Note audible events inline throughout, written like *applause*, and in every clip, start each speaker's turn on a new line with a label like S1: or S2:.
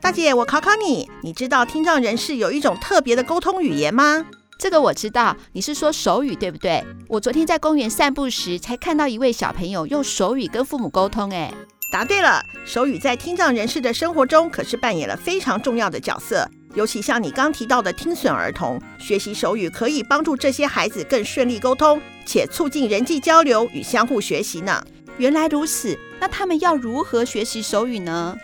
S1: 大姐，我考考你，你知道听障人士有一种特别的沟通语言吗？
S2: 这个我知道，你是说手语对不对？我昨天在公园散步时才看到一位小朋友用手语跟父母沟通，哎，
S1: 答对了，手语在听障人士的生活中可是扮演了非常重要的角色。尤其像你刚提到的听损儿童，学习手语可以帮助这些孩子更顺利沟通，且促进人际交流与相互学习呢。
S2: 原来如此，那他们要如何学习手语呢？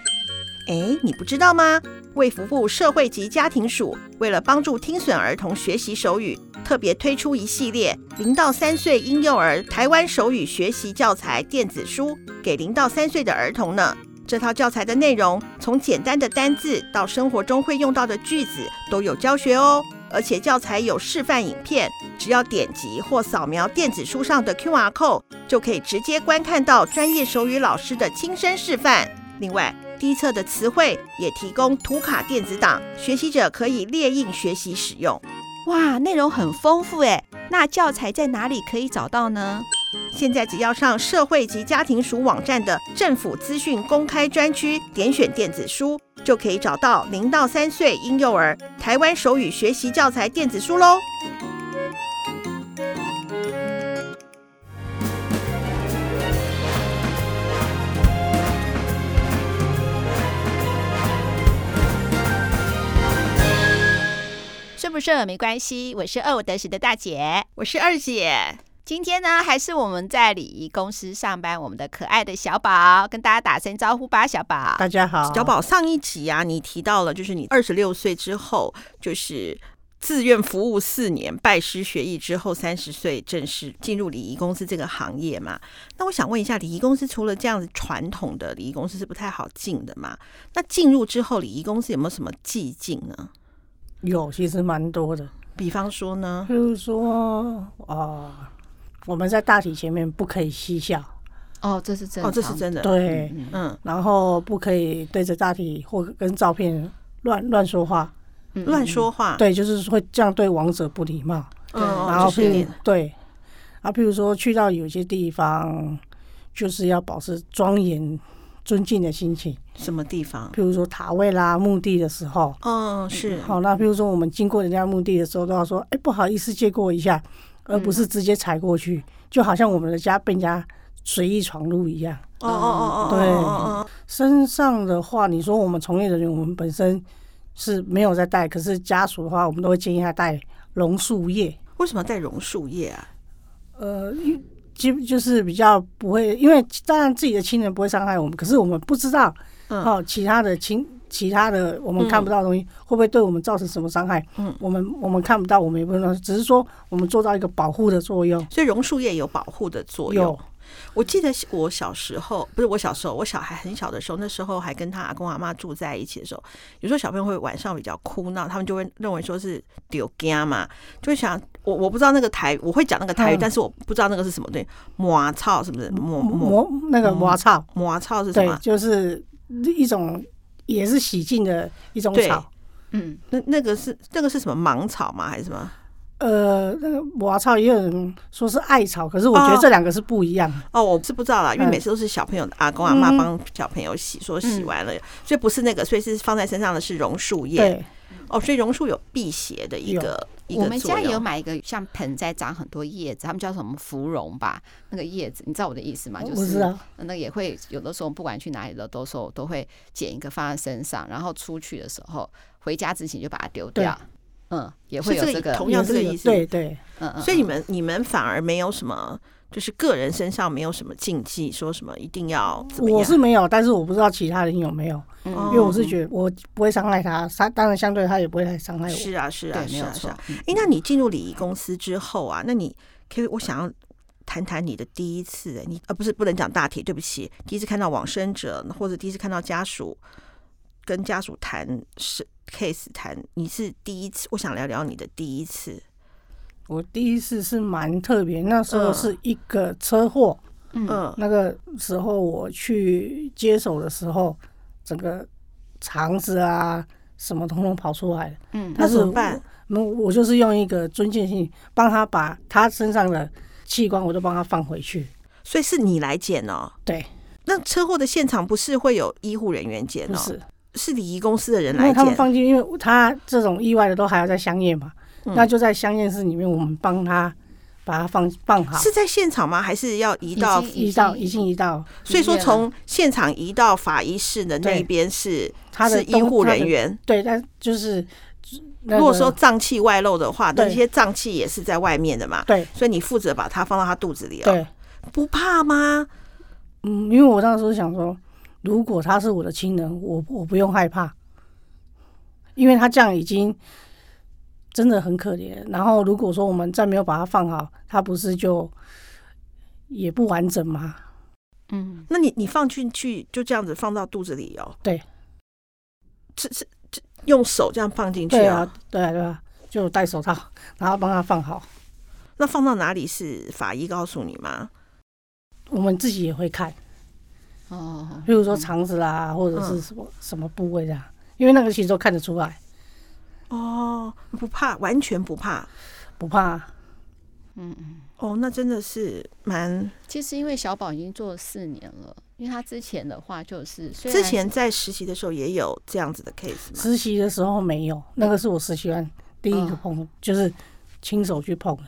S1: 哎，你不知道吗？卫福部社会及家庭署为了帮助听损儿童学习手语，特别推出一系列零到三岁婴幼儿台湾手语学习教材电子书，给零到三岁的儿童呢。这套教材的内容，从简单的单字到生活中会用到的句子都有教学哦。而且教材有示范影片，只要点击或扫描电子书上的 QR code，就可以直接观看到专业手语老师的亲身示范。另外，低测的词汇也提供图卡电子档，学习者可以列印学习使用。
S2: 哇，内容很丰富哎！那教材在哪里可以找到呢？
S1: 现在只要上社会及家庭署网站的政府资讯公开专区，点选电子书，就可以找到零到三岁婴幼儿台湾手语学习教材电子书喽。
S2: 顺不顺耳没关系，我是二五得十的大姐。
S1: 我是二姐，
S2: 今天呢，还是我们在礼仪公司上班，我们的可爱的小宝跟大家打声招呼吧，小宝。
S3: 大家好，
S1: 小宝上一集啊，你提到了，就是你二十六岁之后，就是自愿服务四年，拜师学艺之后，三十岁正式进入礼仪公司这个行业嘛。那我想问一下，礼仪公司除了这样子传统的礼仪公司是不太好进的嘛？那进入之后，礼仪公司有没有什么寂静呢？
S3: 有其实蛮多的，
S1: 比方说呢？
S3: 譬如说啊、呃我们在大体前面不可以嬉笑，
S2: 哦，这是真
S1: 哦，这是真的，
S3: 对，
S1: 嗯，
S3: 然后不可以对着大体或跟照片乱乱说话，
S1: 嗯乱说话，，
S3: 嗯对，就是会这样对亡者不礼貌。
S1: 嗯，
S2: 哦
S3: 然后
S1: 就
S3: 譬
S1: 是
S3: 如
S1: 你
S3: 对，啊，譬如说去到有些地方，就是要保持庄严、尊敬的心情。
S1: 什么地方？
S3: 譬如说塔位啦、墓地的时候，
S1: 嗯，是，
S3: 好，那譬如说我们经过人家墓地的时候，都要说，哎、不好意思，借过一下，而不是直接踩过去，就好像我们的家被人家随意闯入一样。
S1: 哦哦哦哦，
S3: 对
S1: 哦哦
S3: 身上的话，你说我们从业人员，我们本身是没有在带，可是家属的话，我们都会建议他带榕树叶，
S1: 哦为什么要带榕树叶啊？
S3: 呃，因基就是比较不会，因为当然自己的亲人不会伤害我们，可是我们不知道，
S1: 嗯
S3: 哦，其他的亲。其他的我们
S1: 嗯
S3: 看不到的东西，会不会对我们造成什么伤害？
S1: 嗯
S3: 我们我们看不到，我们也不能，只是说我们做到一个保护的作用。
S1: 所以榕树叶有保护的作用
S3: 有。
S1: 我记得我小时候，不是我小时候，我小孩很小的时候，那时候还跟他阿公阿妈住在一起的时候，有时候小朋友会晚上比较哭闹，他们就会认为说是丢家嘛，就会想我我不知道那个台，我会讲那个台语，
S3: 嗯
S1: 但是我不知道那个是什么对，抹草是不是？抹抹
S3: 磨那个磨草，
S1: 抹草嗯是什
S3: 对，
S1: 么？啊
S3: 就是一种也是洗净的一种
S1: 对
S3: 草。
S2: 嗯，
S1: 那那个是那个是什么芒草吗？还是什么？
S3: 呃，那个磨草也有人说是艾草，可是我觉得
S1: 哦
S3: 这两个是不一样的。
S1: 哦，我是不知道啦，因为
S3: 嗯
S1: 每次都是小朋友的阿公阿妈
S3: 嗯
S1: 帮小朋友洗，说洗完了，所以不是那个，所以是放在身上的是榕树叶。
S3: 对，
S1: 哦，所以榕树有辟邪的一个一个
S2: 我们
S1: 作
S2: 家也有
S1: 用。
S2: 买一个像盆栽，长很多叶子，他们叫什么芙蓉吧？那个叶子，你知道我的意思
S1: 哦
S2: 吗？就
S3: 我知
S2: 是
S3: 道。
S2: 那也会有的时候，不管去哪里的，都说我都会捡一个放在身上，然后出去的时候，回家之前就把它丢掉。嗯，也会有
S1: 是这
S2: 这
S1: 个
S2: 个，
S1: 同样
S3: 也
S1: 这
S3: 是
S1: 个
S3: 有
S1: 意思
S3: 对对，
S2: 嗯嗯，
S1: 所以你们你们反而没有什么，就是个人身上没有什么禁忌，说什么一定要怎么样？
S3: 我是没有，但是我不知道其他人有没有，
S2: 嗯
S1: 哦
S3: 因为我是觉得我不会伤害他，他当然相对他也不会来伤害我。
S1: 是啊是啊
S2: 对，没
S1: 是
S2: 有嗯
S1: 啊是
S2: 错
S1: 啊。。哎，那你进入礼仪公司之后啊，那你可以，我想要谈谈你的第一次，你呃不是不能讲大体，对不起，第一次看到往生者或者第一次看到家属，跟家属谈是 case 谈，你是第一次，我想聊聊你的第一次，
S3: 我第一次是蛮特别，那时候
S1: 嗯
S3: 是一个车祸，
S2: 嗯
S1: 嗯
S3: 那个时候我去接手的时候，整个肠子啊什么统统跑出来了。
S2: 嗯
S1: 那
S3: 但是
S1: 怎么办？
S3: 那我就是用一个尊敬性帮他把他身上的器官，我都帮他放回去。
S1: 所以是你来捡哦。
S3: 对，
S1: 那车祸的现场不是会有医护人员捡
S3: 不
S1: 哦？
S3: 是，
S1: 是礼仪公司的人
S3: 那
S1: 来
S3: 他们
S1: 捡，
S3: 放进，因为他这种意外的都还要在香验嘛，
S1: 嗯
S3: 那就在香验室里面，我们帮他把它放放好，
S1: 是在现场吗？还是要移到？
S2: 已经
S3: 移到已经移到
S1: 所以说
S2: 医院
S1: 从现场移到法医室的那
S3: 对
S1: 边是
S3: 他的
S1: 是医护人
S3: 员。
S1: 员。
S3: 对，但就是、那
S1: 如果
S3: 个
S1: 说脏器外露的话，
S3: 对
S1: 那些脏器也是在外面的嘛。
S3: 对
S1: 所以你负责把它放到他肚子里哦，
S3: 对，
S1: 不怕吗？
S3: 嗯，因为我当时想说，如果他是我的亲人，我我不用害怕，因为他这样已经真的很可怜。然后如果说我们再没有把它放好，他不是就也不完整吗？
S2: 嗯，
S1: 那你你放进去就这样子放到肚子里哦，
S3: 对，
S1: 这这这用手这样放进去
S3: 对啊，对啊，对啊，就戴手套，然后帮他放好。
S1: 那放到哪里是法医告诉你吗？
S3: 我们自己也会看，
S2: 哦，
S3: 比如说肠子啦，或者是
S1: 嗯
S3: 什么、什么部位啦，因为那个其实都看得出来，
S1: 哦，不怕，完全不怕。
S3: 不怕啊、
S2: 嗯嗯。
S1: 哦，那真的是蛮。
S2: 其实因为小宝已经做了四年了，因为他之前的话就是虽然
S1: 之前在实习的时候也有这样子的 case 吗？
S3: 实习的时候没有，那个是我实习完第一个碰，就是亲手去碰的。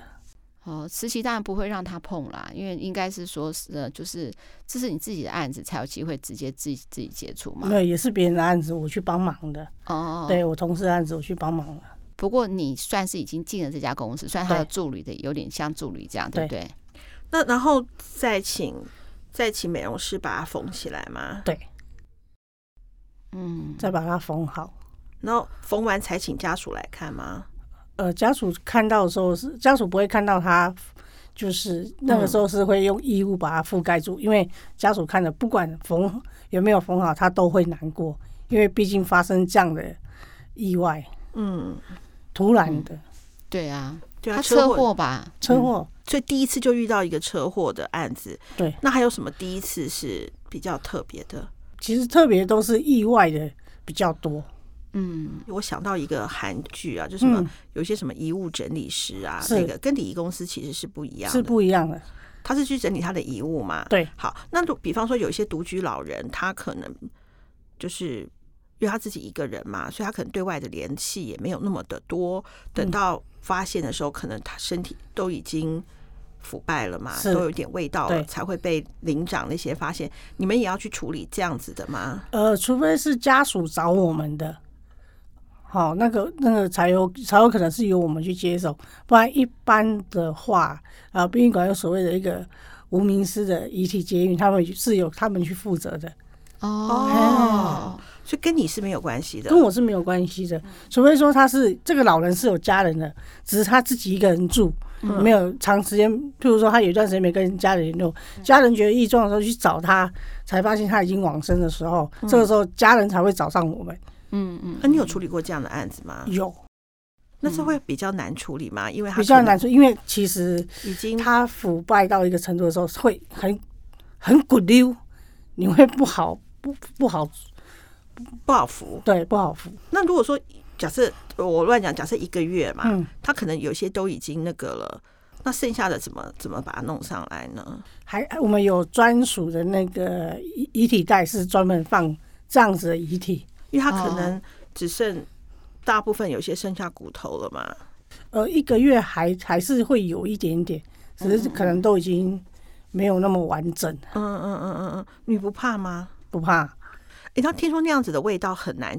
S2: 哦，实习当然不会让他碰啦，因为应该是说是呃，就是这是你自己的案子才有机会直接自己自己接触嘛
S3: 没。有，也是别人的案子，我去帮忙的。
S2: 哦，。
S3: 对我同事的案子，我去帮忙了。
S2: 不过你算是已经进了这家公司，算他的
S3: 对
S2: 助理的，有点像助理这样，对不对？
S1: 那然后再请再请美容师把它缝起来吗？
S3: 对，
S2: 嗯，
S3: 再把它缝好。
S1: 然后缝完才请家属来看吗？
S3: 呃，家属看到的时候是家属不会看到他，就是那个时候是会用衣物把它覆盖住，因为家属看着不管缝有没有缝好，他都会难过，因为毕竟发生这样的意外，
S1: 嗯，
S3: 突然的、
S2: 对啊，
S1: 对啊，
S2: 他车
S1: 祸，
S2: 祸吧？
S3: 车祸。
S1: 所以第一次就遇到一个车祸的案子。
S3: 对，
S1: 那还有什么第一次是比较特别的？
S3: 其实特别都是意外的比较多。
S2: 嗯，
S1: 我想到一个韩剧啊，就什么、
S3: 嗯
S1: 有一些什么遗物整理师啊，
S3: 是
S1: 那个跟礼仪公司其实是不一样的，啊
S3: 是不一样的。
S1: 他是去整理他的遗物嘛。
S3: 对，
S1: 好，那如比方说有一些独居老人，他可能就是因为他自己一个人嘛，所以他可能对外的联系也没有那么的多。
S3: 嗯
S1: 等到发现的时候，可能他身体都已经腐败了嘛，
S3: 是
S1: 都有点味道了，
S3: 对
S1: 才会被领长那些发现。你们也要去处理这样子的吗？
S3: 呃，除非是家属找我们的，好，那个那个才有才有可能是由我们去接手，不然一般的话，啊、殡仪馆有所谓的一个无名尸的遗体接运，他们是由他们去负责的，
S2: 哦，
S1: 所以跟你是没有关系的嗯
S3: 跟。我是没有关系的，除非说他是这个老人是有家人的，只是他自己一个人住，
S1: 嗯
S3: 没有长时间，譬如说他有一段时间没跟家人联络，
S1: 嗯
S3: 家人觉得异状的时候去找他，才发现他已经往生的时候，
S1: 嗯
S3: 这个时候家人才会找上我们，
S2: 嗯嗯，
S1: 那、你有处理过这样的案子吗？
S3: 有。
S1: 那是会比较难处理吗？因为他
S3: 嗯比较
S1: 可能
S3: 难说，因为其实
S1: 已经
S3: 它腐败到一个程度的时候，会很很滚溜，你会不好不不好
S1: 不好服。
S3: 对不好服，
S1: 那如果说假设我乱讲，假设一个月嘛，
S3: 嗯，
S1: 他可能有些都已经那个了，那剩下的怎么怎么把它弄上来呢？
S3: 还我们有专属的那个遗遗体袋是专门放这样子的遗体，
S1: 因为他可
S2: 哦
S1: 能只剩大部分有些剩下骨头了嘛。
S3: 呃，一个月还还是会有一点点，只是可能都已经没有那么完整，
S1: 嗯嗯嗯嗯嗯，你不怕吗？
S3: 不怕，
S1: 诶，他听说那样子的味道很难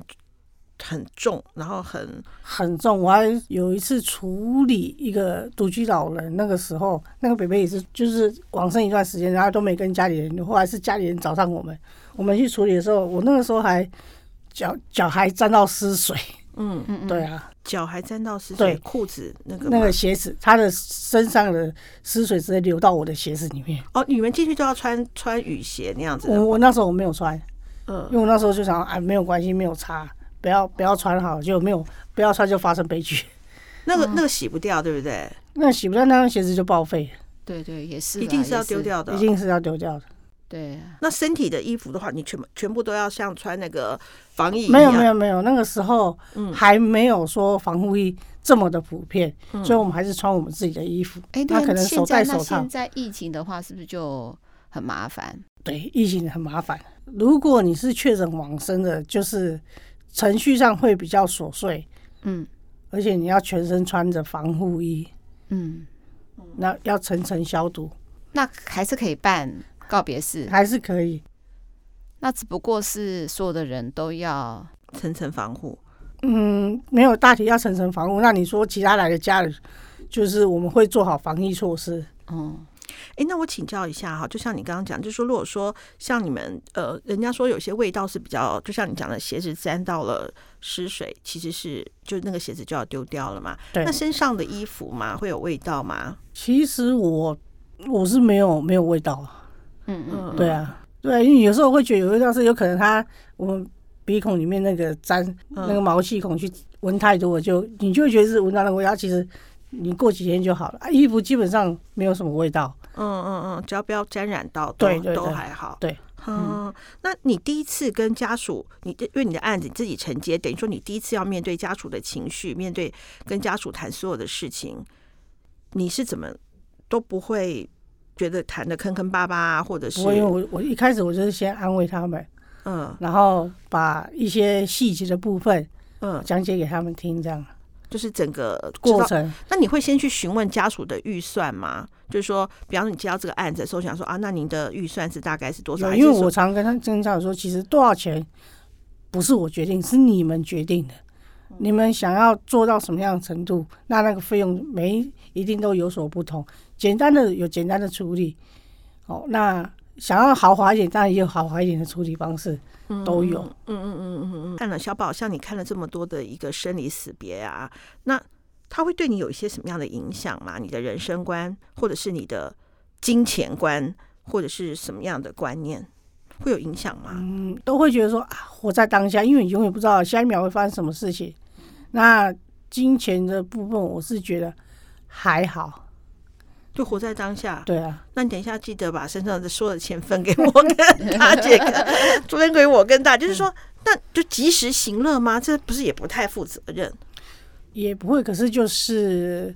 S1: 很重，然后很
S3: 很重。我还有一次处理一个独居老人，那个时候那个北北也是就是往生一段时间，然后都没跟家里人联络，后来是家里人找上我们，我们去处理的时候，我那个时候还脚脚还沾到湿水，
S1: 嗯，
S2: 嗯
S3: 对，啊，
S1: 脚还沾到湿水，
S3: 对
S1: 裤子那个
S3: 那
S1: 嘛
S3: 个鞋子他的身上的湿水直接流到我的鞋子里面。
S1: 哦，你们进去都要穿穿雨鞋那样子的，
S3: 我我那时候我没有穿，因
S1: 嗯，
S3: 为我那时候就想啊没有关系没有擦，不要不要穿好就没有不要穿就发生悲剧。 *laughs*
S1: 那个那个洗不掉，对不对？
S3: 那洗不掉那双鞋子就报废了，
S2: 对对，也是啦，
S1: 一定是要
S2: 也
S1: 丢。掉的
S3: 一。定是要丢掉的。
S2: 对，啊
S1: 那身体的衣服的话，你全部全部都要像穿那个防疫一样，
S3: 没有没有没有，那个时候
S1: 嗯
S3: 还没有说防护衣这么的普遍，
S1: 嗯
S3: 所以我们还是穿我们自己的衣服。
S2: 哎，
S3: 那
S2: 对，
S3: 可能
S2: 现
S3: 手
S2: 在
S3: 戴
S2: 那
S3: 手套
S2: 现，在疫情的话，是不是就很麻烦？
S3: 对，疫情很麻烦。如果你是确诊往生的，就是程序上会比较琐碎，
S2: 嗯
S3: 而且你要全身穿着防护衣，
S2: 嗯，
S3: 那要层层消毒，
S2: 那还是可以办告别式，
S3: 还是可以。
S2: 那只不过是所有的人都要
S1: 层层防护。
S3: 嗯，没有大体要层层防护。那你说其他来的家人，就是我们会做好防疫措施。
S2: 嗯
S1: 哎，那我请教一下哈，就像你刚刚讲，就是说如果说像你们呃，人家说有些味道是比较，就像你讲的，鞋子沾到了湿水，其实是就那个鞋子就要丢掉了嘛。
S3: 对
S1: 那，身上的衣服嘛，会有味道吗？
S3: 其实我我是没有没有味道啊。
S2: 嗯嗯，
S1: 嗯，
S3: 对啊，对，因为有时候会觉得有味道，是有可能他我们鼻孔里面那个沾、那个毛细孔去闻太多了，就你就会觉得是闻到那个味道。其实你过几天就好了。啊、衣服基本上没有什么味道。
S1: 嗯嗯嗯，只要不要沾染到，都
S3: 对对
S1: 都
S3: 对
S1: 还好。
S3: 对
S1: 嗯，那你第一次跟家属，你因为你的案子你自己承接，等于说你第一次要面对家属的情绪，面对跟家属谈所有的事情，你是怎么都不会觉得谈的坑坑巴巴啊，或者是
S3: 不过因为我我一开始我就是先安慰他们，
S1: 嗯
S3: 然后把一些细节的部分
S1: 嗯，
S3: 讲解给他们听，这样
S1: 就是整个
S3: 过
S1: 知道
S3: 程。
S1: 那你会先去询问家属的预算吗？就是说，比方说你接到这个案子的时候，想说啊，那您的预算是大概是多少？
S3: 有
S1: 还是
S3: 因为
S1: 说
S3: 我常跟他跟家长说，其实多少钱不是我决定，是你们决定的。你们想要做到什么样的程度，那那个费用每一定都有所不同。简单的有简单的处理，哦，那想要豪华一点，当然也有豪华一点的处理方式，都有。
S1: 嗯
S3: 嗯
S1: 看了小宝，像你看了这么多的一个生离死别啊，那他会对你有一些什么样的影响吗？你的人生观，或者是你的金钱观，或者是什么样的观念，会有影响吗？
S3: 嗯，都会觉得说啊，活在当下，因为你永远不知道下一秒会发生什么事情。那金钱的部分，我是觉得还好，
S1: 就活在当下。
S3: 对啊，
S1: 那你等一下记得把身上的所有的钱分给我跟大姐 *laughs* 看，昨天给我跟
S3: 嗯
S1: 大，就是说，那就及时行乐吗？这不是也不太负责任？
S3: 也不会。可是就是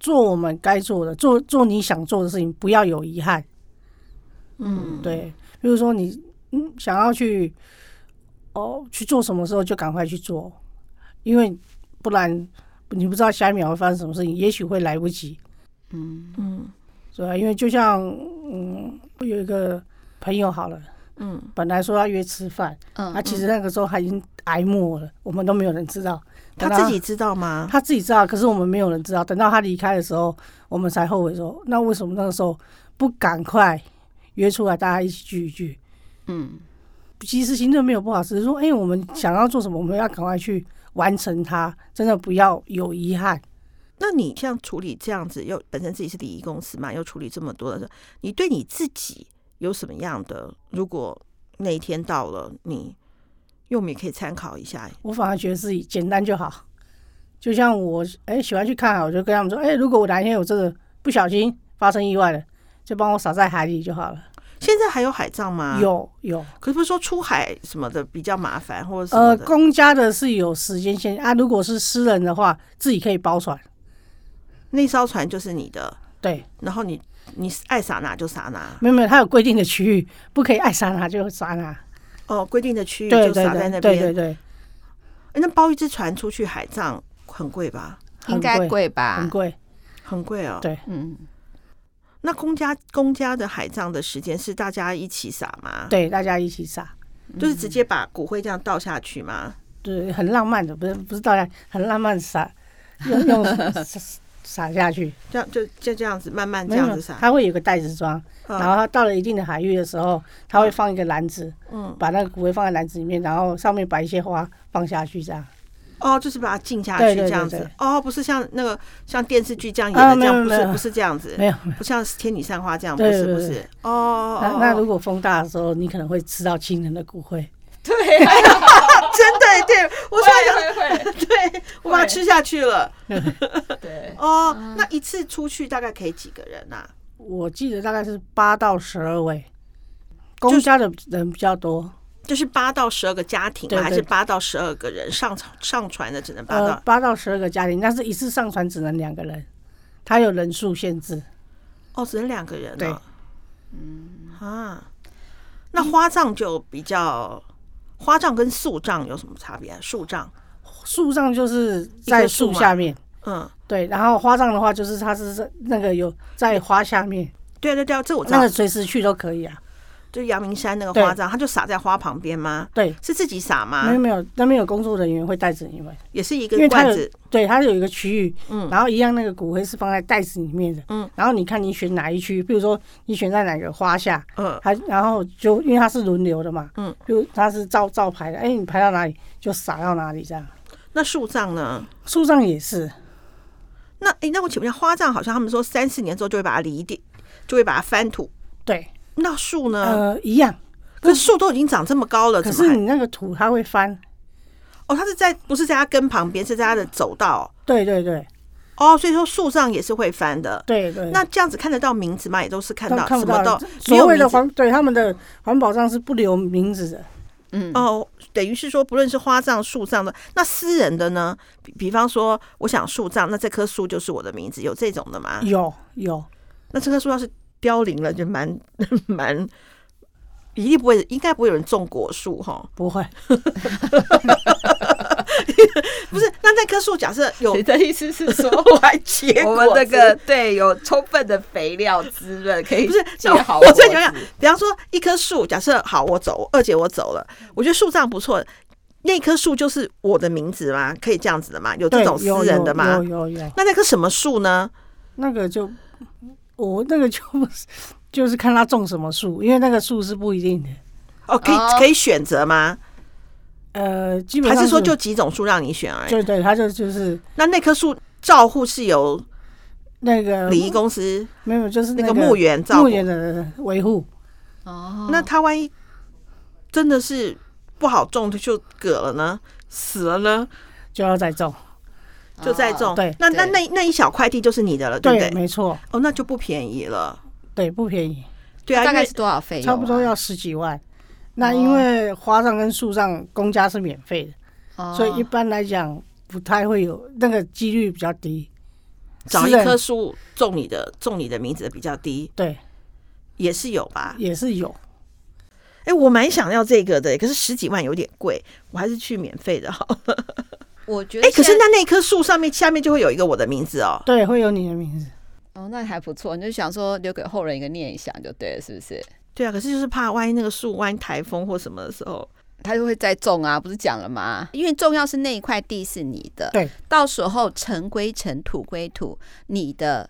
S3: 做我们该做的，做做你想做的事情，不要有遗憾。
S2: 嗯，
S3: 对，比如说你嗯想要去哦去做什么时候就赶快去做，因为不然你不知道下一秒会发生什么事情，也许会来不及。
S1: 嗯
S3: 对啊，因为就像嗯，我有一个朋友好了，
S1: 嗯，
S3: 本来说要约吃饭，
S2: 嗯
S3: 他、其实那个时候他已经挨末了，我们都没有人知道。
S1: 他
S3: 等到
S1: 自己知道吗？
S3: 他自己知道，可是我啊们没有人知道。等到他离开的时候，我们才后悔说，那为什么那个时候不赶快约出来，大家一起聚一聚？
S2: 嗯
S3: 其实行政没有不好，只是说，哎、我们想要做什么，我们要赶快去完成它，真的不要有遗憾。
S1: 那你像处理这样子，又本身自己是礼仪公司嘛，又处理这么多的事，你对你自己有什么样的？如果那一天到了，你因为我们也可以参考一下。
S3: 我反而觉得自己简单就好。就像我哎、喜欢去看海，我就跟他们说，哎、如果我哪一天我真的不小心发生意外了，就帮我撒在海里就好了。
S1: 现在还有海葬吗？，
S3: 有有，
S1: 可是不是说出海什么的比较麻烦，或者什么
S3: 呃，
S1: 的？
S3: 公家的是有时间限啊，如果是私人的话，自己可以包船。
S1: 那艘船就是你的，
S3: 对，
S1: 然后你你爱撒哪就撒哪。
S3: 没有没有，它有规定的区域，不可以爱撒哪就撒哪。
S1: 哦，规定的区域
S3: 对
S1: 就
S3: 对
S1: 撒在
S3: 对
S1: 那
S3: 对对
S1: 边。
S3: 对，
S1: 哎那包一只船出去海葬很贵吧？
S2: 应该
S3: 很贵
S2: 贵吧
S1: 啊
S3: 很？贵。
S1: 很贵哦。
S3: 对
S2: 嗯，
S1: 那公家公家的海葬的时间是大家一起撒吗？
S3: 对，大家一起撒，
S1: 就是
S3: 嗯
S1: 直接把骨灰这样倒下去吗？
S3: 对，很浪漫的，不是不是大家很浪
S1: *laughs*
S3: 漫撒，用用撒撒下去，
S1: 这样就就这样子慢慢这
S3: 没有
S1: 样
S3: 没
S1: 子
S3: 有，
S1: 撒。
S3: 它会有个袋子装。
S1: 嗯
S3: 然后它到了一定的海域的时候，它会放一个篮子，
S1: 嗯，
S3: 把那个骨灰放在篮子里面，然后上面摆一些花放下去，这样。
S1: 哦，就是把它浸下
S3: 对
S1: 去这
S3: 对对
S1: 样子
S3: 对。
S1: 哦，不是像那个像电视剧这样演
S3: 啊
S1: 的这
S3: 没有
S1: 样，不
S3: 没
S1: 是
S3: 有
S1: 不是这样子，
S3: 没有。
S1: 不像天女散花这样，不
S3: 对
S1: 是
S3: 对
S1: 不
S3: 对
S1: 是。哦哦
S3: 那
S1: 哦，
S3: 那如果风大的时候，你可能会吃到亲人的骨灰。
S1: *laughs*
S2: 对，
S1: 真的对，我说
S2: 会会
S1: 对，我把它吃下去了。
S2: 会，对，
S1: 哦，那一次出去大概可以几个人啊呐？
S3: 我记得大概是八到十二位，公家的人比较多，
S1: 就是八到十二个家庭
S3: 对
S1: 吗？
S3: 对
S1: 还是八到十二个人上上船的只能八
S3: 呃
S1: 到，？
S3: 八到十二个家庭，但是一次上船只能两个人，它有人数限制。
S1: 哦，只能两个人啊。
S3: 对
S1: 啊，那花葬就比较，花葬跟树葬有什么差别、啊？树葬，
S3: 树上就是在树下面，
S1: 嗯，
S3: 对，然后花葬的话就是它是在那个有在花下面，
S1: 对对对，这我知
S3: 那
S1: 道，
S3: 个随时去都可以啊。
S1: 就阳明山那个
S3: 对
S1: 花葬，它就撒在花旁边吗？
S3: 对，
S1: 是自己撒吗
S3: 没？有没有，那边有工作人员会带着你们，
S1: 也是一
S3: 因
S1: 个
S3: 为它
S1: 罐
S3: 有
S1: 子，
S3: 对它有一个区域，
S1: 嗯
S3: 然后一样那个骨灰是放在袋子里面的，
S1: 嗯，
S3: 然后你看你选哪一区，比如说你选在哪个花下，
S1: 嗯，
S3: 还然后就因为它是轮流的嘛，
S1: 嗯，
S3: 就它是照照排的，哎、你排到哪里就撒到哪里这样。
S1: 那树葬呢？
S3: 树上也是，
S1: 那诶，那我请问一下，花葬好像他们说三四年之后就会把它犁地，就会把它翻土。
S3: 对，
S1: 那树呢？
S3: 呃，一样。
S1: 可是树都已经长这么高了，
S3: 可
S1: 嗯怎么
S3: 是
S1: 还？
S3: 你那个土它会翻，
S1: 哦，它是在不是在它根旁边，是在它的走道
S3: 对对对
S1: 哦，所以说树上也是会翻的。
S3: 对对。
S1: 那这样子看得到名字吗？也都是看
S3: 都
S1: 到
S3: 看
S1: 什
S3: 不
S1: 么
S3: 到
S1: 都
S3: 这
S1: 没
S3: 所
S1: 有
S3: 谓
S1: 名
S3: 的
S1: 字
S3: 环对他们的环保上是不留名字的，
S2: 嗯，
S1: 哦，等于是说，不论是花葬、树葬的，那私人的呢？比比方说，我想树葬，那这棵树就是我的名字，有这种的吗？
S3: 有有
S1: 那这棵树要是凋零了，就蛮 *laughs* 蛮，一定不会，应该不会有人种果树哈。
S3: 不会
S1: 不是，那那棵树假设有
S2: 你的意思是说，
S1: 还结
S2: 我们这个对有充分的肥料滋润，可以
S1: 不是
S2: 结
S1: 那我
S2: 好
S1: 我
S2: 果
S1: 最想想
S2: 子
S1: 比方说一棵树，假设好，我走，二姐我走了，我觉得树葬不错，那棵树就是我的名字吗？可以这样子的吗？有这
S3: 对
S1: 种
S3: 有
S1: 私人的
S3: 有
S1: 吗？
S3: 有有有
S1: 那那棵什么树呢？
S3: 那个就我那个就不是就是看他种什么树，因为那个树是不一定的，
S1: 哦，可以
S2: 哦
S1: 可以选择吗？
S3: 呃，基本
S1: 还
S3: 上
S1: 是说就几种树让你选而已？
S3: 就对，他就就是
S1: 那那棵树照护是由
S3: 那个
S1: 礼仪公司
S3: 没有就是
S1: 那
S3: 嗯个
S1: 个墓园照
S3: 墓
S1: 顾，
S3: 园的维护，
S2: 哦，
S1: 那他万一真的是不好种就割了呢，死了呢，
S3: 就要再种。
S1: 就再
S2: 哦
S1: 种。
S3: 对
S1: 那那
S2: 对
S1: 那那一小块地就是你的了，对不
S3: 对，
S1: 对？
S3: 没错，
S1: 哦，那就不便宜了。
S3: 对，不便宜，
S1: 对啊，
S2: 大
S1: 因
S2: 概
S1: 为
S2: 是多少费用啊？
S3: 差不多要十几万。那因
S1: 哦
S3: 为花葬跟树葬公家是免费的，
S2: 哦，
S3: 所以一般来讲不太会有那个几率比较低。
S1: 找一
S3: 私人
S1: 棵树种你的种你的名字的比较低，
S3: 对，
S1: 也是有吧？
S3: 也是有。
S1: 哎，我蛮想要这个的，可是十几万有点贵，我还是去免费的好了。
S2: 我觉得
S1: 哎，可是
S2: 现在
S1: 那那棵树上面下面就会有一个我的名字哦。
S3: 对，会有你的名字。
S2: 哦，那还不错，你就想说留给后人一个念想就对了，是不是？
S1: 对啊，可是就是怕万一那个树万一台风或什么的时候，
S2: 他就会再种啊，不是讲了吗？因为重要是那一块地是你的，
S3: 对，
S2: 到时候尘归尘，土归土，你的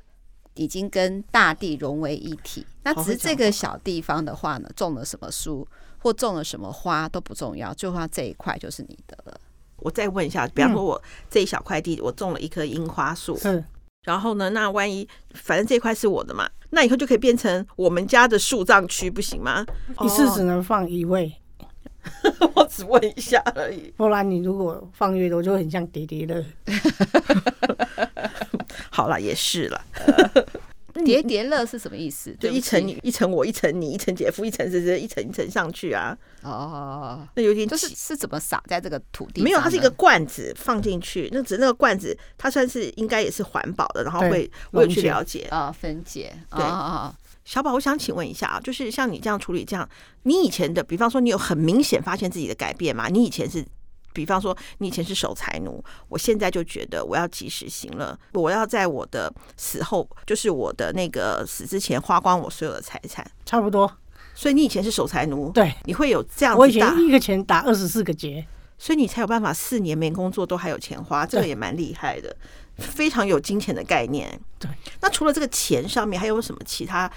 S2: 已经跟大地融为一体。那
S1: 好
S2: 只
S1: 会
S2: 是这个小地方的话呢，种了什么树或种了什么花都不重要，就它这一块就是你的了。
S1: 我再问一下，比方说我这一小块地我种了一棵樱花树，
S3: 是，
S1: 然后呢，那万一反正这块是我的嘛，那以后就可以变成我们家的树葬区，不行吗？
S3: 一次只能放一位，
S1: 哦 *laughs* 我只问一下而已。
S3: 不然你如果放越多，就很像叠叠乐。
S1: 好啦，也是啦，
S2: 叠叠乐是什么意思？
S1: 就
S2: 对不
S1: 一层
S2: 起
S1: 一层我，一层你，一层姐夫，一层谁谁，一层一层上去啊，
S2: 哦，
S1: 那有点
S2: 就是
S1: 挤
S2: 是怎么撒在这个土地上呢？
S1: 没有，它是一个罐子放进去，那只是那个罐子，它算是应该也是环保的，然后
S3: 对
S1: 会我有
S3: 溶
S1: 去
S3: 解
S1: 了解。
S2: 啊、分解啊
S1: 对
S2: 啊啊
S1: 小宝，我想请问一下啊，就是像你这样处理这样，你以前的，比方说你有很明显发现自己的改变吗？你以前是，比方说你以前是守财奴，我现在就觉得我要及时行乐，我要在我的死后，就是我的那个死之前花光我所有的财产。
S3: 差不多。
S1: 所以你以前是守财奴，
S3: 对，
S1: 你会有这样
S3: 我以
S1: 子
S3: 前
S1: 大，
S3: 一个钱打二十四个结，
S1: 所以你才有办法四年没工作都还有钱花，这个
S3: 对
S1: 也蛮厉害的，非常有金钱的概念。
S3: 对，
S1: 那除了这个钱上面，还有什么其他？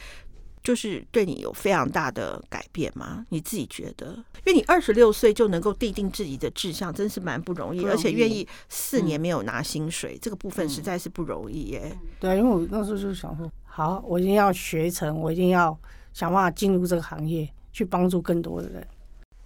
S1: 就是对你有非常大的改变吗？你自己觉得？因为你二十六岁就能够奠定自己的志向，真是蛮不容易，
S2: 不容
S1: 而
S2: 易
S1: 且愿意四年没有拿薪水，
S3: 嗯
S1: 这个部分实在是不容易耶。
S3: 对，因为我那时候就想说，好，我一定要学成，我一定要想办法进入这个行业，去帮助更多的人。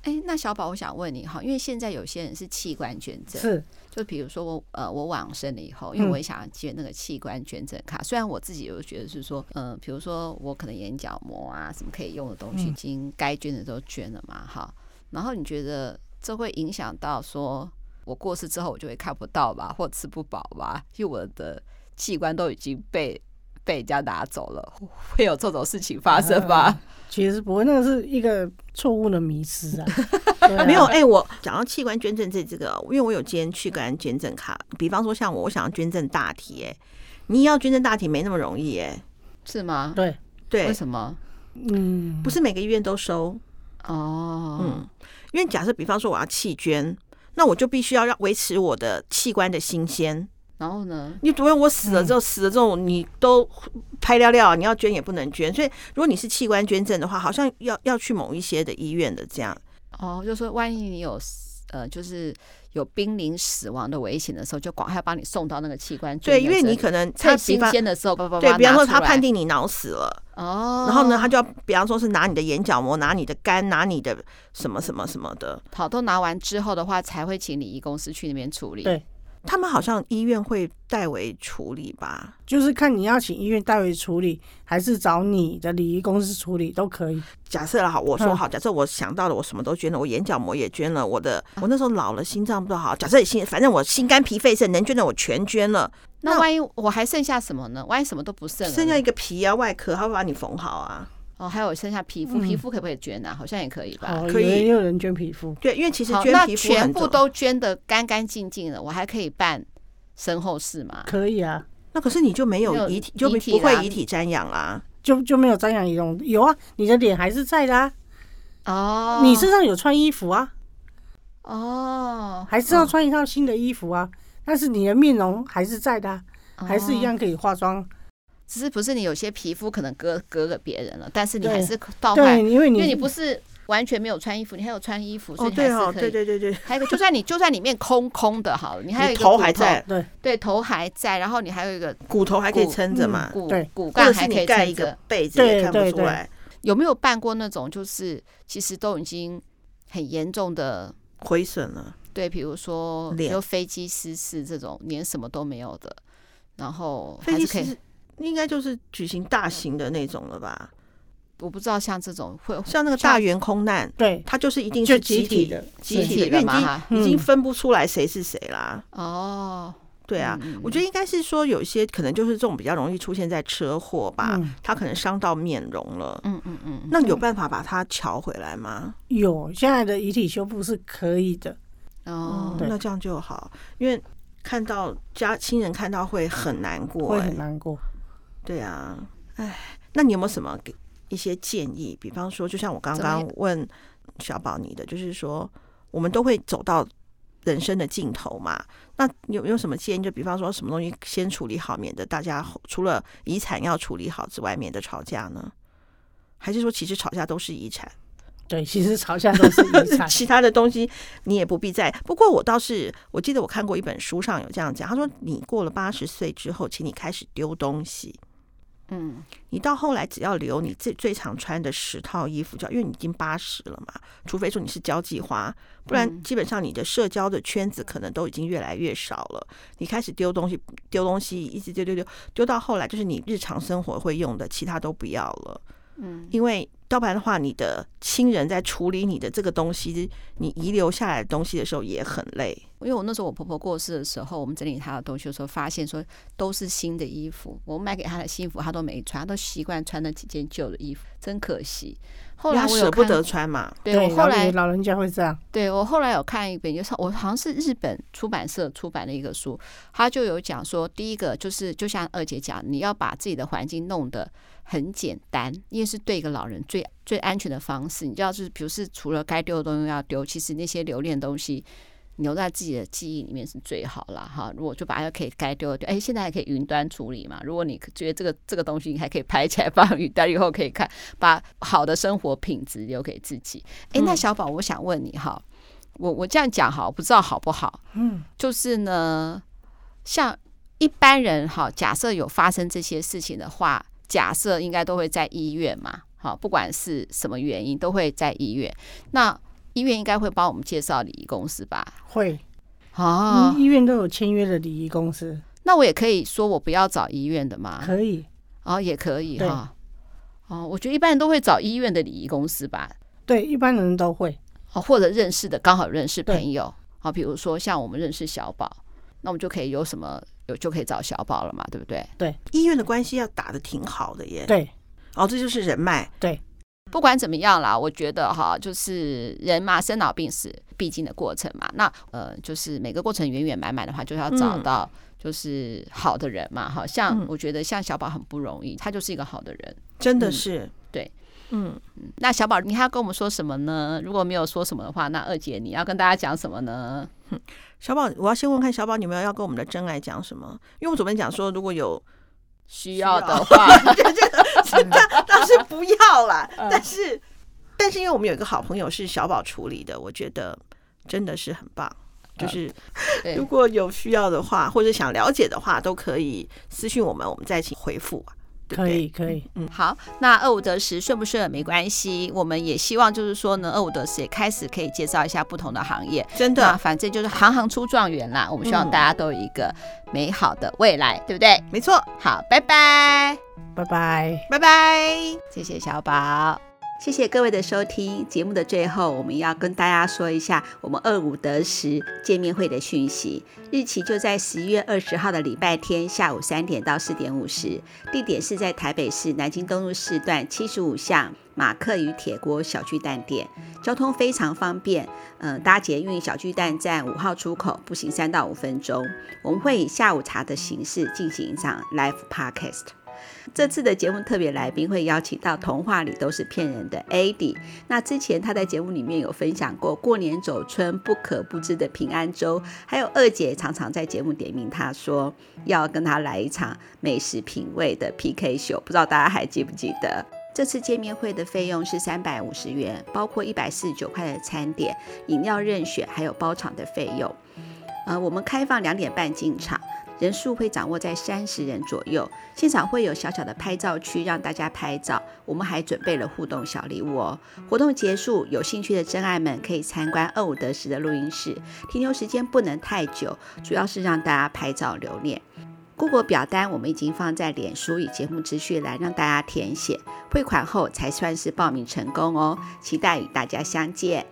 S2: 哎、那小宝，我想问你哈，因为现在有些人是器官捐赠，
S3: 是，
S2: 就比如说我呃我往生了以后，因为
S3: 嗯
S2: 我也想要捐那个器官捐赠卡，虽然我自己有觉得是说，呃，比如说我可能眼角膜啊什么可以用的东西，已
S3: 嗯
S2: 经该捐的都捐了嘛哈，然后你觉得这会影响到说我过世之后我就会看不到吧，或吃不饱吧，因为我的器官都已经被被人家拿走了，会有这种事情发生吧？
S3: 其实不会，那个是一个错误的迷失
S2: *laughs*
S3: 啊。对啊
S1: 没有，哎、我讲到器官捐赠这这个，因为我有捐器官捐赠卡，比方说像我，我想要捐赠大体、哎，你要捐赠大体没那么容易、哎，
S2: *laughs* 是吗？
S3: 对，
S2: 为
S1: 对，
S2: 什么？
S3: 嗯，
S1: 不是每个医院都收，
S2: 哦，
S1: 嗯，因为假设比方说我要弃捐，那我就必须要让维持我的器官的新鲜。
S2: 然后呢？
S1: 你除非我死了之后，
S2: 嗯
S1: 死了之后你都拍掉掉，你要捐也不能捐。所以如果你是器官捐赠的话，好像要要去某一些的医院的这样。
S2: 哦，就说万一你有死呃，就是有濒临死亡的危险的时候，就赶快帮你送到那个器官捐
S1: 对，
S2: 赠
S1: 因为你
S2: 这里
S1: 可能他
S2: 趁
S1: 比
S2: 新
S1: 方
S2: 鲜的时候，叭叭叭
S1: 对，比方
S2: 拿
S1: 说
S2: 出
S1: 他判
S2: 来
S1: 定你脑死了，
S2: 哦，
S1: 然后呢，他就要比方说是拿你的眼角膜、拿你的肝、拿你的什么什么什么的。
S2: 好都拿完之后的话，才会请礼仪公司去那边处理。
S3: 对
S1: 他们好像医院会代为处理吧？
S3: 就是看你要请医院代为处理，还是找你的礼仪公司处理都可以。
S1: 假设了好，我说
S3: 嗯
S1: 好，假设我想到了，我什么都捐了，我眼角膜也捐了，我的
S2: 嗯
S1: 我那时候老了，心脏不好，假设也心，反正我心肝脾肺肾能捐的我全捐了，
S2: 那
S1: 那
S2: 万一我还剩下什么呢？万一什么都不剩了呢，
S1: 剩下一个皮啊外壳，他会把你缝好啊。
S2: 哦，还有剩下皮肤，
S3: 嗯
S2: 皮肤可不可以捐啊？好像也可以吧。
S3: 哦，
S1: 可以
S3: 也有人捐皮肤，
S1: 对，因为其实
S2: 好，
S1: 捐
S2: 那
S1: 皮肤
S2: 全
S1: 很
S2: 部
S1: 重，
S2: 都捐的干干净净的，我还可以办身后事吗？
S3: 可以啊，
S1: 那可是你就没
S2: 没有
S1: 有遗体，就
S2: 遗
S1: 不
S2: 体
S1: 不会
S2: 啦
S1: 遗体瞻仰啦。
S3: 就就没有瞻仰仪容。有啊，你的脸还是在的啊，
S2: 哦，
S3: 你身上有穿衣服啊，
S2: 哦，
S3: 还是要穿一套新的衣服啊，但是你的面容还是在的啊，
S2: 哦
S3: 还是一样，可以化妆。
S2: 只是不是你有些皮肤可能割割给别人了，但是你
S3: 对
S2: 还是到
S3: 对，
S2: 换，
S3: 因为
S2: 哦因
S3: 你
S2: 为你不是完全没有穿衣服，你还有穿衣服，所以
S1: 哦，
S2: 你还
S1: 对
S2: 是可以。
S1: 哦，对对对对，
S2: 还有一个，就算你就算里面空空的，好了，你还有
S1: 你
S2: 一个
S1: 头
S2: 骨
S1: 还在，，
S3: 对
S2: 对，头还在，然后你还有一个
S1: 骨头还可以
S2: 骨嗯
S1: 撑着嘛，
S2: 骨
S3: 对
S2: 骨
S1: 啊或
S2: 干
S1: 者
S2: 还
S1: 是
S2: 可
S1: 你
S2: 以
S1: 盖
S2: 撑
S1: 一
S2: 着
S1: 个。被子也
S3: 对
S1: 看不
S3: 对
S1: 出
S3: 对
S1: 来，
S2: 有没有办过那种就是其实都已经很严重的？
S1: 亏损了。
S2: 对，比如说
S1: 脸
S2: 就飞机失事这种，连什么都没有的，然后
S1: 飞
S2: 还
S1: 机
S2: 是可
S1: 其
S2: 以
S1: 实。应该就是举行大型的那种了吧？
S2: 我不知道像这种会
S1: 像那个大员空难，
S3: 对，
S1: 它就是一定
S3: 就是集体
S1: 体
S3: 的，
S1: 集
S2: 是
S1: 体的，
S2: 集体
S1: 因
S2: 的
S1: 为已
S2: 嘛
S1: 经、
S2: 哈
S1: 已经
S3: 嗯
S1: 分不出来谁是谁啦。
S2: 哦，
S1: 对啊，
S2: 嗯
S1: 我觉得应该是说有一些可能就是这种比较容易出现在车祸吧，
S3: 嗯
S1: 他可能伤到面容了。
S2: 嗯嗯嗯，
S1: 那有办法把它瞧回来吗？
S3: 有现在的遗体修复是可以的，
S2: 嗯哦，
S3: 对
S1: 那这样就好，因为看到家亲人看到会很难过、
S3: 会
S1: 欸
S3: 很。难过。
S1: 对啊，哎，那你有没有什么给一些建议？比方说，就像我刚
S2: 怎么
S1: 刚
S2: 样
S1: 问小宝你的，就是说，我们都会走到人生的尽头嘛。那你有没有什么建议？就比方说，什么东西先处理好，免得大家后除了遗产要处理好之外，免得吵架呢？还是说，其实吵架都是遗产？
S3: 对，其实朝下都是遗 *laughs* 产，
S1: 其他的东西你也不必在。不过我倒是，我记得我看过一本书上有这样讲，他说你过了八十岁之后，请你开始丢东西。
S2: 嗯，
S1: 你到后来只要留你最最常穿的十套衣服就好，因为你已经八十了嘛，除非说你是交际花，不然
S2: 嗯
S1: 基本上你的社交的圈子可能都已经越来越少了。你开始丢东西，丢东西，一直丢丢丢，丢到后来就是你日常生活会用的，其他都不要了。嗯，因为要不然的话，你的亲人在处理你的这个东西，你遗留下来的东西的时候也很累。
S2: 因为我那时候我婆婆过世的时候，我们整理她的东西的时候，发现说都是新的衣服，我买给她的新衣服她都没穿，她都习惯穿那几件旧的衣服，真可惜。
S1: 因
S2: 后
S1: 为
S2: 来
S1: 他
S2: 我有
S1: 舍不
S2: 看
S1: 得，穿嘛，
S2: 对我后来
S3: 老人家会这样，
S2: 对我后来有看一本，就是我好像是日本出版社出版的一个书，它就有讲说，第一个就是就像二姐讲，你要把自己的环境弄得很简单，也是对一个老人最最安全的方式。你知道，就是比如是除了该丢的东西要丢，其实那些留恋的东西。留在自己的记忆里面是最好啦，哈！如果就把它可以该丢的丢，哎，现在还可以云端处理嘛？如果你觉得这个这个东西，你还可以拍起来放云端，以后可以看，把好的生活品质留给自己。哎，那小宝，我想问你哈，我我这样讲好，不知道好不好？
S3: 嗯，
S2: 就是呢，像一般人哈，假设有发生这些事情的话，假设应该都会在医院嘛，好，不管是什么原因，都会在医院。那医院应该会帮我们介绍礼仪公司吧？
S3: 会。
S2: 哦，
S3: 医医院都有签约的礼仪公司，
S2: 那我也可以说我不要找医院的嘛，
S3: 可以。
S2: 哦，也可以
S3: 对
S2: 哈。哦，我觉得一般人都会找医院的礼仪公司吧，
S3: 对，一般人都会。
S2: 哦，或者认识的刚好认识
S3: 对
S2: 朋友，好，比如说像我们认识小宝，那我们就可以有什么有就可以找小宝了嘛，对不对？
S1: 医院的关系要打的挺好的耶。
S3: 对
S1: 哦，这就是人脉。
S3: 对，
S2: 不管怎么样啦，我觉得哈，就是人嘛，生老病死必经的过程嘛。那呃，就是每个过程圆圆满满的话，就要找
S1: 嗯
S2: 到就是好的人嘛。好
S1: 嗯
S2: 像我觉得像小宝很不容易，他就是一个好的人。
S1: 真的
S2: 嗯
S1: 是、
S2: 对，
S1: 嗯，
S2: 那小宝，你还要跟我们说什么呢？如果没有说什么的话，那二姐你要跟大家讲什么呢？
S1: 小宝，我要先问看小宝你有没有要跟我们的真爱讲什么？因为我们昨天讲说，如果有
S2: 需
S1: 要
S2: 要
S1: *laughs*
S2: 的话，嗯
S1: 这这这倒是不要啦，但是但是因为我们有一个好朋友是小宝处理的，我觉得真的是很棒。就是
S2: 嗯对
S1: 如果有需要的话，或者想了解的话，都可以私信我们，我们再请回复啊。对不
S3: 可
S1: 对
S3: 以可以，
S2: 好，那二五得十顺不顺没关系，我们也希望就是说呢，二五得十也开始可以介绍一下不同的行业，
S1: 真
S2: 那
S1: 的
S2: 反正就是行行出状元啦。我们希望大家都有一个美好的未来，对不对？
S1: 嗯没错，
S2: 好，拜拜，
S3: 拜拜。
S1: 拜拜。
S2: 谢谢小宝。谢谢各位的收听。节目的最后，我们要跟大家说一下我们二五得十见面会的讯息，日期就在十一月二十号的礼拜天下午三点到四点五十，地点是在台北市南京东路四段七十五巷马克与铁锅小巨蛋店，交通非常方便，呃，搭捷运小巨蛋站五号出口，步行三到五分钟。我们会以下午茶的形式进行一场 live podcast。这次的节目特别来宾会邀请到《童话里都是骗人的》Adi。那之前他在节目里面有分享过过年走春不可不知的平安粥，还有二姐常常在节目点名他说要跟他来一场美食品味的 PK 秀，不知道大家还记不记得？这次见面会的费用是三百五十元，包括一百四十九块的餐点、饮料任选，还有包场的费用。呃，我们开放两点半进场，人数会掌握在三十人左右。现场会有小小的拍照区让大家拍照，我们还准备了互动小礼物哦。活动结束，有兴趣的真爱们可以参观二五得十的录音室，停留时间不能太久，主要是让大家拍照留念。Google 表单我们已经放在脸书与节目资讯栏，让大家填写，汇款后才算是报名成功哦。期待与大家相见。